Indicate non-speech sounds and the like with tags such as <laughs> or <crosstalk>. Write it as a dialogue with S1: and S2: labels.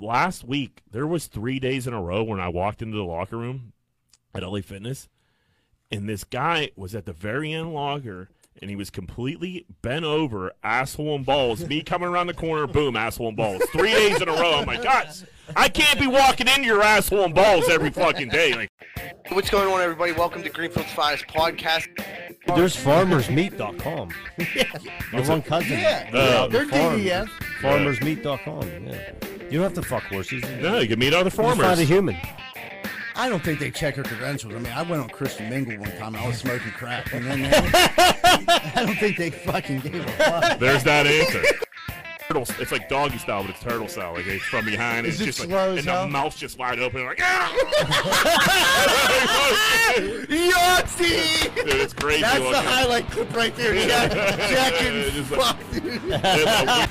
S1: last week there was three days in a row when I walked into the locker room at LA Fitness, and this guy was at the very end locker. And he was completely bent over, asshole and balls. Me coming around the corner, boom, asshole and balls. Three days in a row. I'm like, God, I can't be walking into your asshole and balls every fucking day. Like,
S2: What's going on, everybody? Welcome to Greenfield's Finest Podcast.
S3: There's
S4: <laughs>
S3: farmersmeat.com. My one cousin.
S4: Yeah,
S1: Uh,
S4: they're
S3: farm.
S4: DDF.
S3: Farmersmeat.com. Yeah. You don't have to fuck horses. You
S1: no, you can meet other
S3: just find a
S1: farmers.
S3: human.
S4: I don't think they check her credentials. I mean, I went on Christian Mingle one time. And I was smoking crack, and then I don't think they fucking gave a fuck.
S1: There's that answer. Turtle, it's like doggy style, but it's turtle style. Like it's from behind. It's
S4: Is it
S1: just like,
S4: slow as
S1: and
S4: hell?
S1: the mouth's just wide open. Like, "Ah!" <laughs>
S4: Yahtzee!
S1: Dude, it's crazy
S3: <laughs>
S4: That's the
S1: looking.
S4: highlight clip right there. Jack, Jack and
S1: Just like-
S4: fuck, dude.
S1: Yeah,